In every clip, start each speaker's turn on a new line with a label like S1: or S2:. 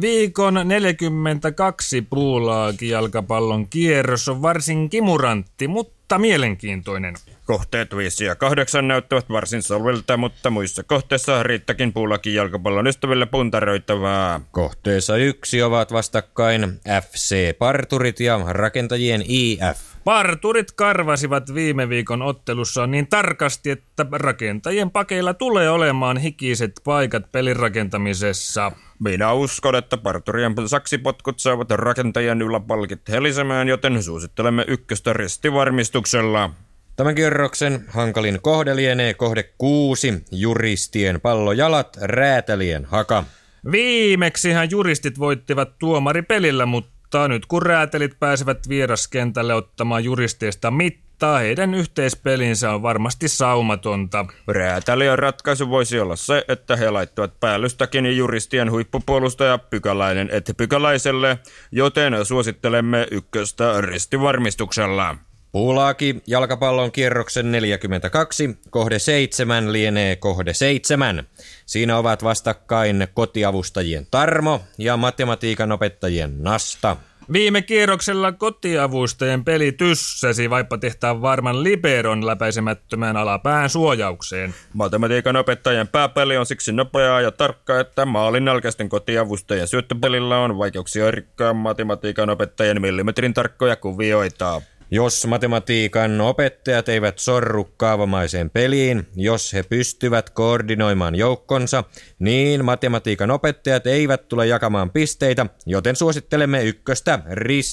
S1: Viikon 42 puulaakin jalkapallon kierros on varsin kimurantti, mutta mielenkiintoinen.
S2: Kohteet 5 ja 8 näyttävät varsin solvilta, mutta muissa kohteissa riittäkin puulakin jalkapallon ystäville puntaroitavaa.
S3: Kohteessa yksi ovat vastakkain FC Parturit ja rakentajien IF.
S1: Parturit karvasivat viime viikon ottelussa niin tarkasti, että rakentajien pakeilla tulee olemaan hikiset paikat pelin rakentamisessa.
S2: Minä uskon, että parturien saksipotkut saavat rakentajien yläpalkit helisemään, joten suosittelemme ykköstä ristivarmistuksella.
S3: Tämän kierroksen hankalin kohde lienee kohde kuusi, juristien pallojalat, räätälien haka.
S1: Viimeksihän juristit voittivat tuomaripelillä, mutta nyt kun räätelit pääsevät vieraskentälle ottamaan juristeista mittaa, heidän yhteispelinsä on varmasti saumatonta.
S2: Räätäliön ratkaisu voisi olla se, että he laittavat päällystäkin juristien huippupuolustaja pykäläinen et pykäläiselle, joten suosittelemme ykköstä ristivarmistuksella.
S3: Puulaaki jalkapallon kierroksen 42, kohde 7 lienee kohde 7. Siinä ovat vastakkain kotiavustajien Tarmo ja matematiikan opettajien Nasta.
S1: Viime kierroksella kotiavustajien peli tyssäsi vaippatehtaan varman liberon läpäisemättömään alapään suojaukseen.
S2: Matematiikan opettajien pääpeli on siksi nopeaa ja tarkka, että maalinalkaisten kotiavustajien syöttöpelillä on vaikeuksia rikkaa matematiikan opettajien millimetrin tarkkoja kuvioita.
S3: Jos matematiikan opettajat eivät sorru kaavamaiseen peliin, jos he pystyvät koordinoimaan joukkonsa, niin matematiikan opettajat eivät tule jakamaan pisteitä, joten suosittelemme ykköstä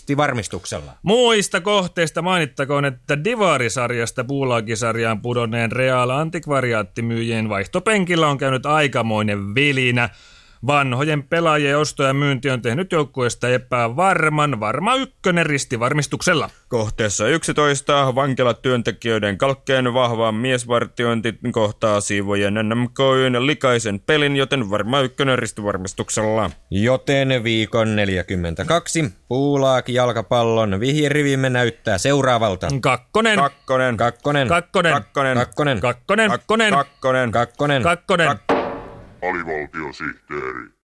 S3: ristivarmistuksella.
S1: Muista kohteista mainittakoon, että Divarisarjasta puulaakisarjaan pudonneen Real Antikvariaattimyyjien vaihtopenkillä on käynyt aikamoinen vilinä. Vanhojen pelaajien osto ja myynti on tehnyt joukkueesta epävarman, varma ykkönen ristivarmistuksella.
S2: Kohteessa 11 vankilatyöntekijöiden kalkkeen vahva miesvartiointi kohtaa siivojen NMKYn likaisen pelin, joten varma ykkönen ristivarmistuksella.
S3: Joten viikon 42 puulaaki jalkapallon vihjerivimme näyttää seuraavalta.
S1: Kakkonen.
S2: Kakkonen.
S3: Kakkonen.
S1: Kakkonen.
S3: Kakkonen. Kakkonen.
S1: Kakkonen. Kakkonen.
S2: Kakkonen.
S3: Kakkonen.
S1: Kakkonen.
S4: alivaltiosihteeri.